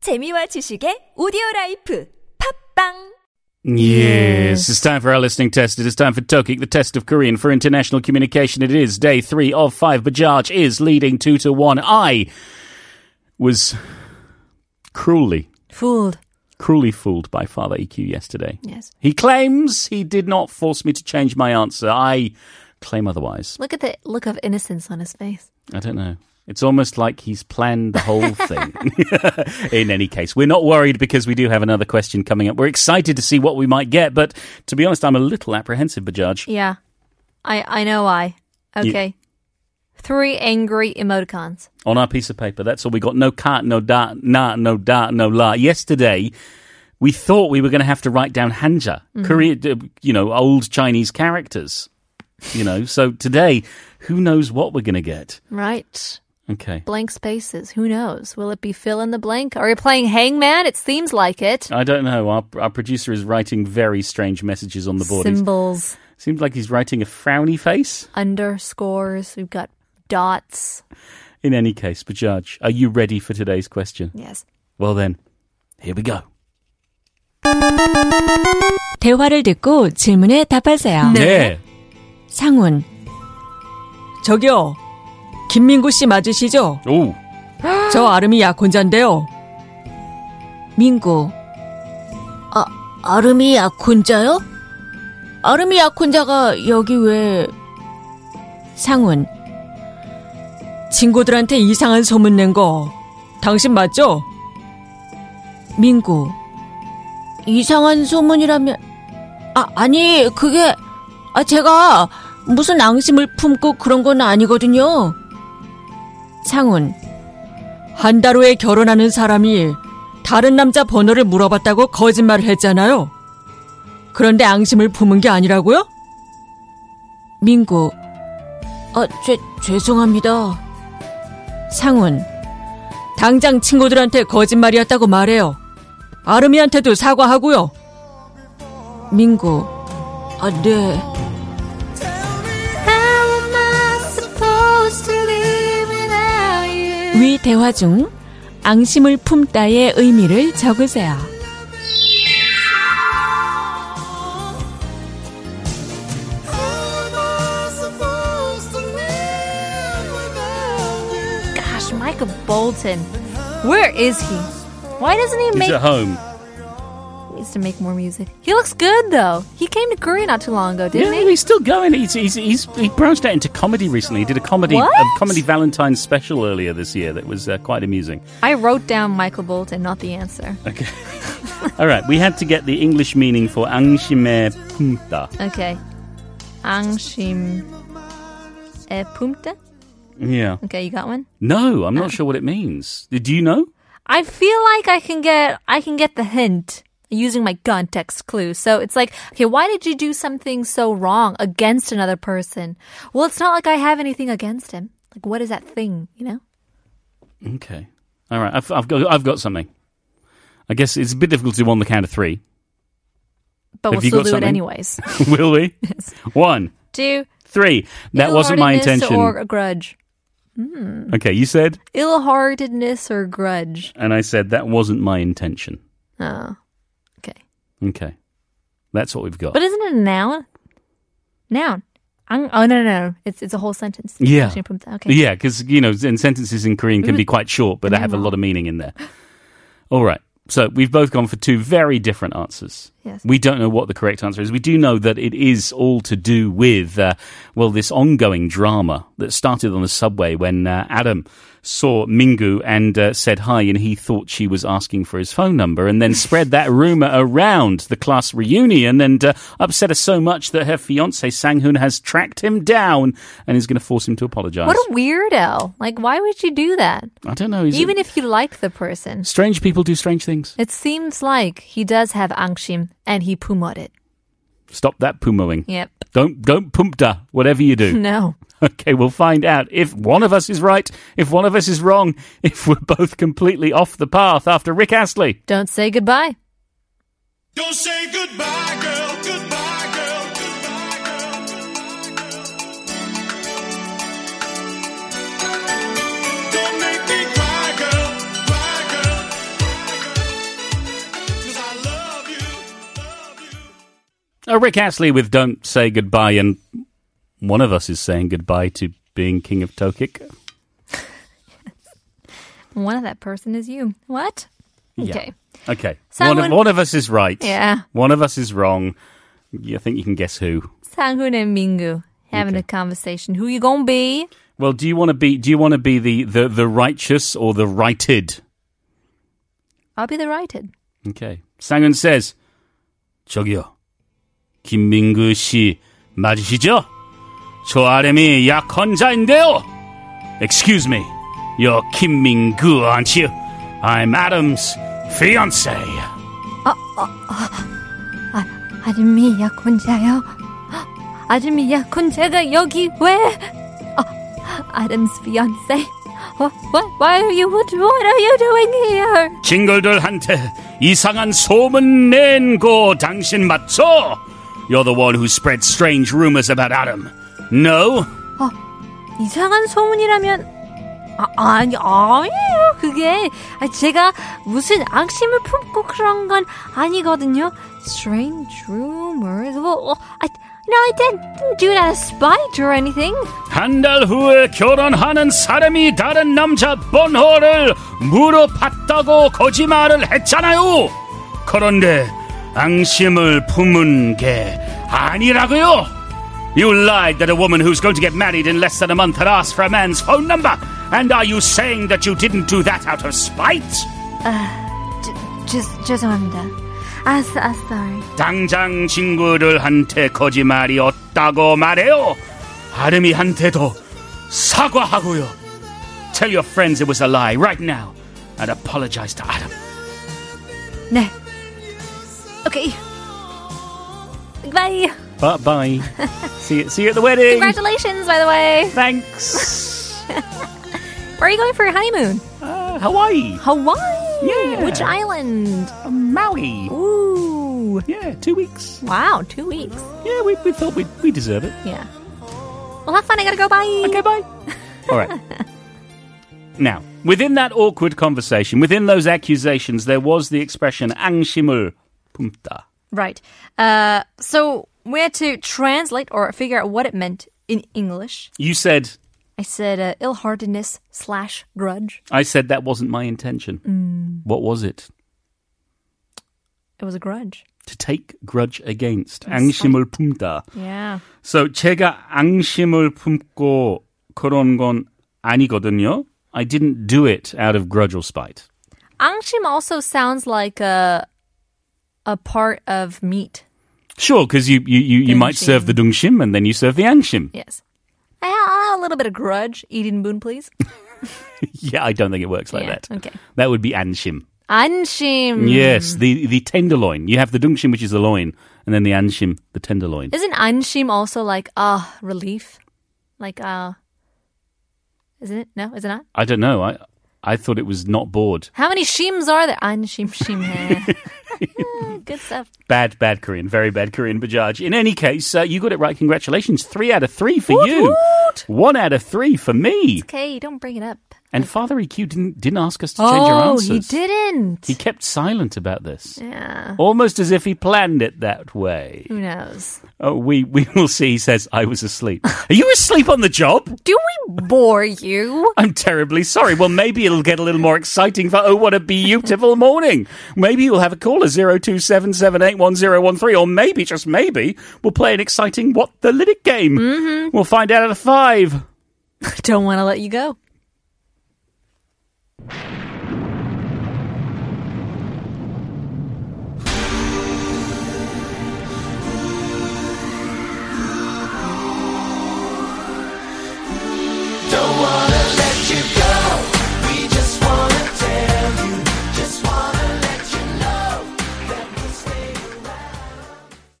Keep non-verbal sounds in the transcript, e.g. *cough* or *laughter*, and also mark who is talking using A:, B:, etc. A: 재미와 지식의 오디오 라이프 팝빵
B: Yes, it's time for our listening test. It is time for Tokik, the test of Korean for international communication. It is day three of five. Bajaj is leading two to one. I was cruelly,
C: fooled.
B: cruelly fooled by Father EQ yesterday.
C: Yes.
B: He claims he did not force me to change my answer. I claim otherwise.
C: Look at the look of innocence on his face.
B: I don't know. It's almost like he's planned the whole thing. *laughs* In any case, we're not worried because we do have another question coming up. We're excited to see what we might get, but to be honest, I'm a little apprehensive, Bajaj.
C: Yeah. I I know why. Okay. Three angry emoticons.
B: on our piece of paper. That's all we got. No cat, no da, na, no da, no la. Yesterday, we thought we were going to have to write down Hanja, Korea, uh, you know, old Chinese characters. You know, so today, who knows what we're going to get?
C: Right.
B: Okay.
C: Blank spaces. Who knows? Will it be fill in the blank? Are you playing hangman? It seems like it.
B: I don't know. Our, our producer is writing very strange messages on the board. He's-
C: Symbols,
B: Seems like he's writing a frowny face.
C: underscores, we've got dots.
B: In any case, Bajaj, are you ready for today's question?
C: Yes.
B: Well then, here we go.
D: 대화를 듣고 질문에 답하세요.
B: Yeah.
D: 상훈. 저기요. 김민구 씨 맞으시죠?
B: Oh,
D: 저 아름이 약혼자인데요. 민구. 아, 아름이 약혼자요? 아름이 약혼자가 여기 왜... 상훈. 친구들한테 이상한 소문 낸 거. 당신 맞죠? 민구. 이상한 소문이라면... 아, 아니, 그게... 아, 제가 무슨 앙심을 품고 그런 건 아니거든요. 상훈. 한 달 후에 결혼하는 사람이 다른 남자 번호를 물어봤다고 거짓말을 했잖아요. 그런데 앙심을 품은 게 아니라고요? 민구. 아, 죄, 죄송합니다. 상훈. 당장 친구들한테 거짓말이었다고 말해요. 아름이한테도 사과하고요. 민구. 아, 네. 위 대화 중 앙심을 품다의 의미를 적으세요.
C: Gosh, Michael Bolton. Where is he? Why doesn't he
B: he's
C: make
B: at home.
C: he needs to make more music? He looks good though. He came to Korea not too long ago, didn't
B: yeah,
C: he?
B: he's still going. He's, he's, he's he branched out into comedy recently. He did a comedy
C: What?
B: a comedy Valentine's special earlier this year that was uh, quite amusing.
C: I wrote down Michael Bolton, not the answer.
B: Okay. *laughs* All right, we had to get the English meaning for angshime punta.
C: Okay. Angshim e pumta.
B: Yeah.
C: Okay, you got one.
B: No, I'm not sure what it means. Do you know?
C: I feel like I can get I can get the hint using my context clue. So it's like, okay, why did you do something so wrong against another person? Well, it's not like I have anything against him. Like what is that thing, you know?
B: Okay. All right, I've, I've got I've got something. I guess it's a bit difficult to do on the count of three.
C: But
B: Have
C: we'll
B: you
C: still
B: got
C: do
B: something?
C: it anyways.
B: *laughs* Will we? One,
C: do
B: three. That wasn't my
C: ill-heartedness
B: intention.
C: Or a grudge.
B: Okay, you said,
C: Ill-heartedness or grudge.
B: and I said that wasn't my intention.
C: Oh. Okay.
B: Okay, that's what we've got.
C: But isn't it a noun? Noun. Ang- oh no, no, no. It's it's a whole sentence.
B: Yeah.
C: Actually, from- Okay. Mm-hmm.
B: Yeah, because you know, and sentences in Korean can be quite short, but they have a lot of meaning in there. All right, so we've both gone for two very different answers.
C: Yes.
B: We don't know what the correct answer is. We do know that it is all to do with uh, well, this ongoing drama that started on the subway when uh, Adam saw Mingu and uh, said hi, and he thought she was asking for his phone number,
C: *laughs*
B: and then spread that rumor around the class reunion and uh, upset her so much that her fiance Sanghoon has tracked him down and is going to force him to apologize.
C: What a weirdo! Like, why would you do that?
B: I don't know. Is
C: Even
B: Even
C: if you like the person,
B: strange people do strange things.
C: it seems like he does have angshim and he pumod it.
B: Stop that pumoing.
C: Yep. *clears throat*
B: Don't don't pumpta. Whatever you do.
C: *laughs* No.
B: Okay, we'll find out if one of us is right, if one of us is wrong, if we're both completely off the path after Rick Astley.
C: Don't say goodbye.
E: Don't say goodbye, girl. Goodbye, girl. Goodbye, girl. Don't make me cry, girl. Cry, girl. Cry,
B: Uh, Rick Astley with Don't Say Goodbye, and one of us is saying goodbye to being King of Tokik.
C: One of that person is you. What? Okay.
B: Okay. one,
C: Someone-
B: of, one of us is right.
C: Yeah.
B: One of us is wrong. You think you can guess who?
C: Sanghun and Mingu having a conversation. Who you gonna be?
B: Well, do you want to be? Do you want to be the, the the righteous or the righted?
C: I'll be the righted.
B: Okay. Sangun says, 저기요, 김민구 씨 맞으시죠? 저 아름이 약혼자인데요. Excuse me, you're 김민구, aren't you? I'm Adam's fiance.
C: 아, 아줌미 약혼자요? 아줌미 약혼자가 여기 왜? 아, Adam's fiance. What, what, 어, 뭐, why are you, what, what are you doing here?
B: 징글들한테 이상한 소문 낸 거 당신 맞죠? You're the one who spread strange rumors about Adam. No?
C: 이상한 소문이라면 아, 아니 아니에요 그게 아, 제가 무슨 앙심을 품고 그런 건 아니거든요 strange rumors well, well, I, no I didn't do it out of spite or anything
B: 한 달 후에 결혼하는 사람이 다른 남자 번호를 물어봤다고 거짓말을 했잖아요. 그런데 앙심을 품은 게 아니라고요. You lied that a woman who's going to get married in less than a month had asked for a man's phone number. And are you saying that you didn't do that out of spite?
C: 저- 죄- 죄송합니다 아, s- 아 sorry
B: 당장 친구들한테 거짓말이 없다고 말해요. 아름이한테도 사과하고요. Tell your friends it was a lie right now and apologize to Adam.
C: 네 오케이 Goodbye.
B: Bye bye. see, you, see you at the wedding.
C: Congratulations, by the way.
B: Thanks.
C: Where are you going for your honeymoon?
B: Uh, Hawaii.
C: Hawaii.
B: Yeah.
C: Which island?
B: Maui.
C: Ooh.
B: Yeah, two weeks.
C: Wow, two weeks.
B: Yeah, we, we thought we, we deserve it.
C: Yeah. Well, have fun. I gotta go. Bye.
B: Okay, bye. All right. Now, within that awkward conversation, within those accusations, there was the expression "angshimul pumta."
C: Right. Uh, so we had to translate or figure out what it meant in English.
B: You said,
C: I said uh, ill-heartedness slash grudge.
B: "I said that wasn't my intention."
C: Mm.
B: What was it?
C: It was a grudge.
B: To take grudge against "angshimul pumta."
C: Yeah.
B: So 제가 앙심을 품고 그런 건 아니거든요. I didn't do it out of grudge or spite.
C: Angshim also sounds like a a part of meat.
B: Sure, because you you, you, you might serve the dungshim and then you serve the angshim. *laughs*
C: Yes. I I'll have a little bit of grudge. Eating boon, please.
B: Yeah, I don't think it works like
C: Yeah,
B: that.
C: okay. Mm.
B: That would be anshim.
C: *laughs* Anshim.
B: Yes, the the tenderloin. You have the dungshim, which is the loin, and then the anshim, the tenderloin.
C: Isn't anshim also like ah relief? Like uh Isn't it? No, is it not?
B: I don't know. I I thought it was not bored.
C: How many shims are there? Anshim shim. eh. *laughs* Good stuff.
B: Bad, bad Korean. Very bad Korean, Bajaj. In any case, uh, you got it right. Congratulations. Three out of three for you. One out of three for me.
C: Okay, don't bring it up.
B: And Father EQ didn't didn't ask us to change our
C: Oh,
B: answers.
C: he didn't.
B: He kept silent about this,
C: yeah.
B: almost as if he planned it that way.
C: Who knows?
B: Oh, we we will see. He says, "I was asleep." Are you asleep on the job?
C: Do we bore you?
B: I'm terribly sorry. Well, maybe it'll get a little more exciting for Oh What a Beautiful Morning. Maybe you'll have a caller 027781013, or maybe, just maybe, we'll play an exciting What the Lydic game. We'll find out at five.
C: *laughs* Don't want to let you go.